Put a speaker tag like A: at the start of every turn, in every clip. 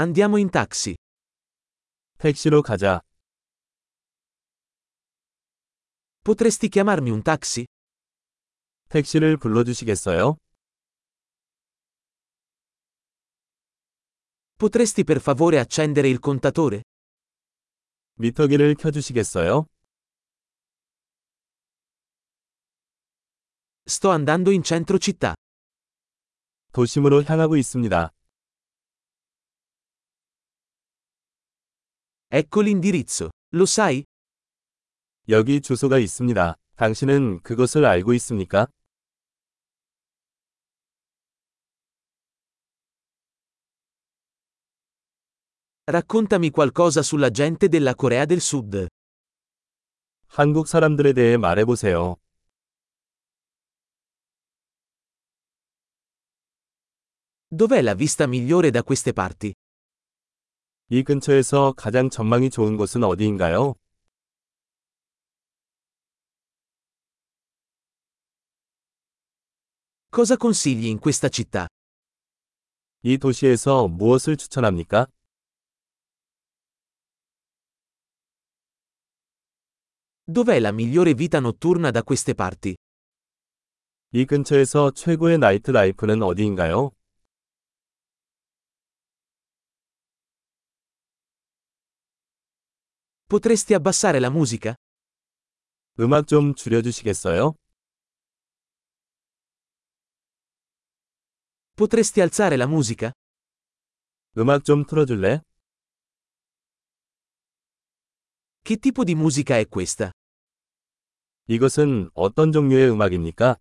A: Andiamo in taxi.
B: 택시로 가자.
A: Potresti chiamarmi un taxi?
B: 택시를 불러주시겠어요?
A: Potresti per favore accendere il contatore?
B: 미터기를 켜주시겠어요?
A: Sto andando in centro città.
B: 도심으로 향하고 있습니다.
A: Ecco l'indirizzo. Lo sai?
B: 여기 주소가 있습니다. 당신은 그것을 알고 있습니까?
A: Raccontami qualcosa sulla gente della Corea del Sud.
B: 한국 사람들에 대해 말해보세요.
A: Dov'è la vista migliore da queste parti?
B: 이 근처에서 가장 전망이 좋은 곳은 어디인가요?
A: Cosa consigli in questa città?
B: 이 도시에서 무엇을 추천합니까?
A: Dov'è la migliore vita notturna da queste parti?
B: 이 근처에서 최고의 나이트 라이프는 어디인가요?
A: Potresti abbassare la musica?
B: 음악 좀 줄여주시겠어요?
A: Potresti alzare la musica?
B: 음악 좀 틀어줄래?
A: Che tipo di musica è questa?
B: 이것은 어떤 종류의 음악입니까?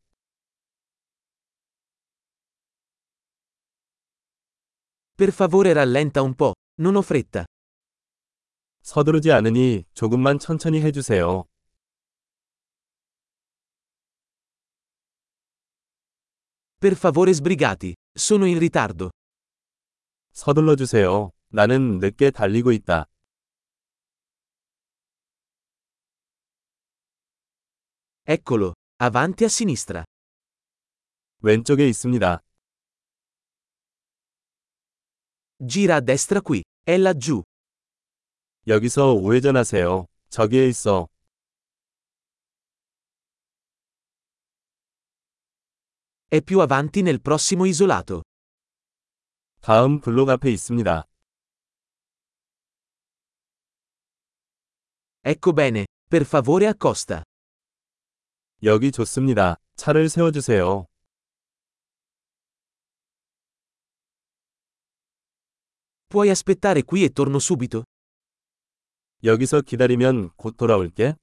A: Per favore rallenta un po', non ho fretta.
B: 서두르지 않으니 조금만 천천히 해주세요.
A: Per favore sbrigati, sono in ritardo.
B: 서둘러 주세요. 나는 늦게 달리고 있다.
A: Eccolo, avanti a sinistra.
B: 왼쪽에 있습니다.
A: Gira a destra qui, è laggiù.
B: 여기서 우회전하세요. 저기에 있어.
A: È più avanti nel prossimo isolato.
B: 다음 블록 앞에 있습니다.
A: Ecco bene, per favore accosta.
B: 여기 좋습니다. 차를 세워주세요.
A: Puoi aspettare qui e torno subito?
B: 여기서 기다리면 곧 돌아올게.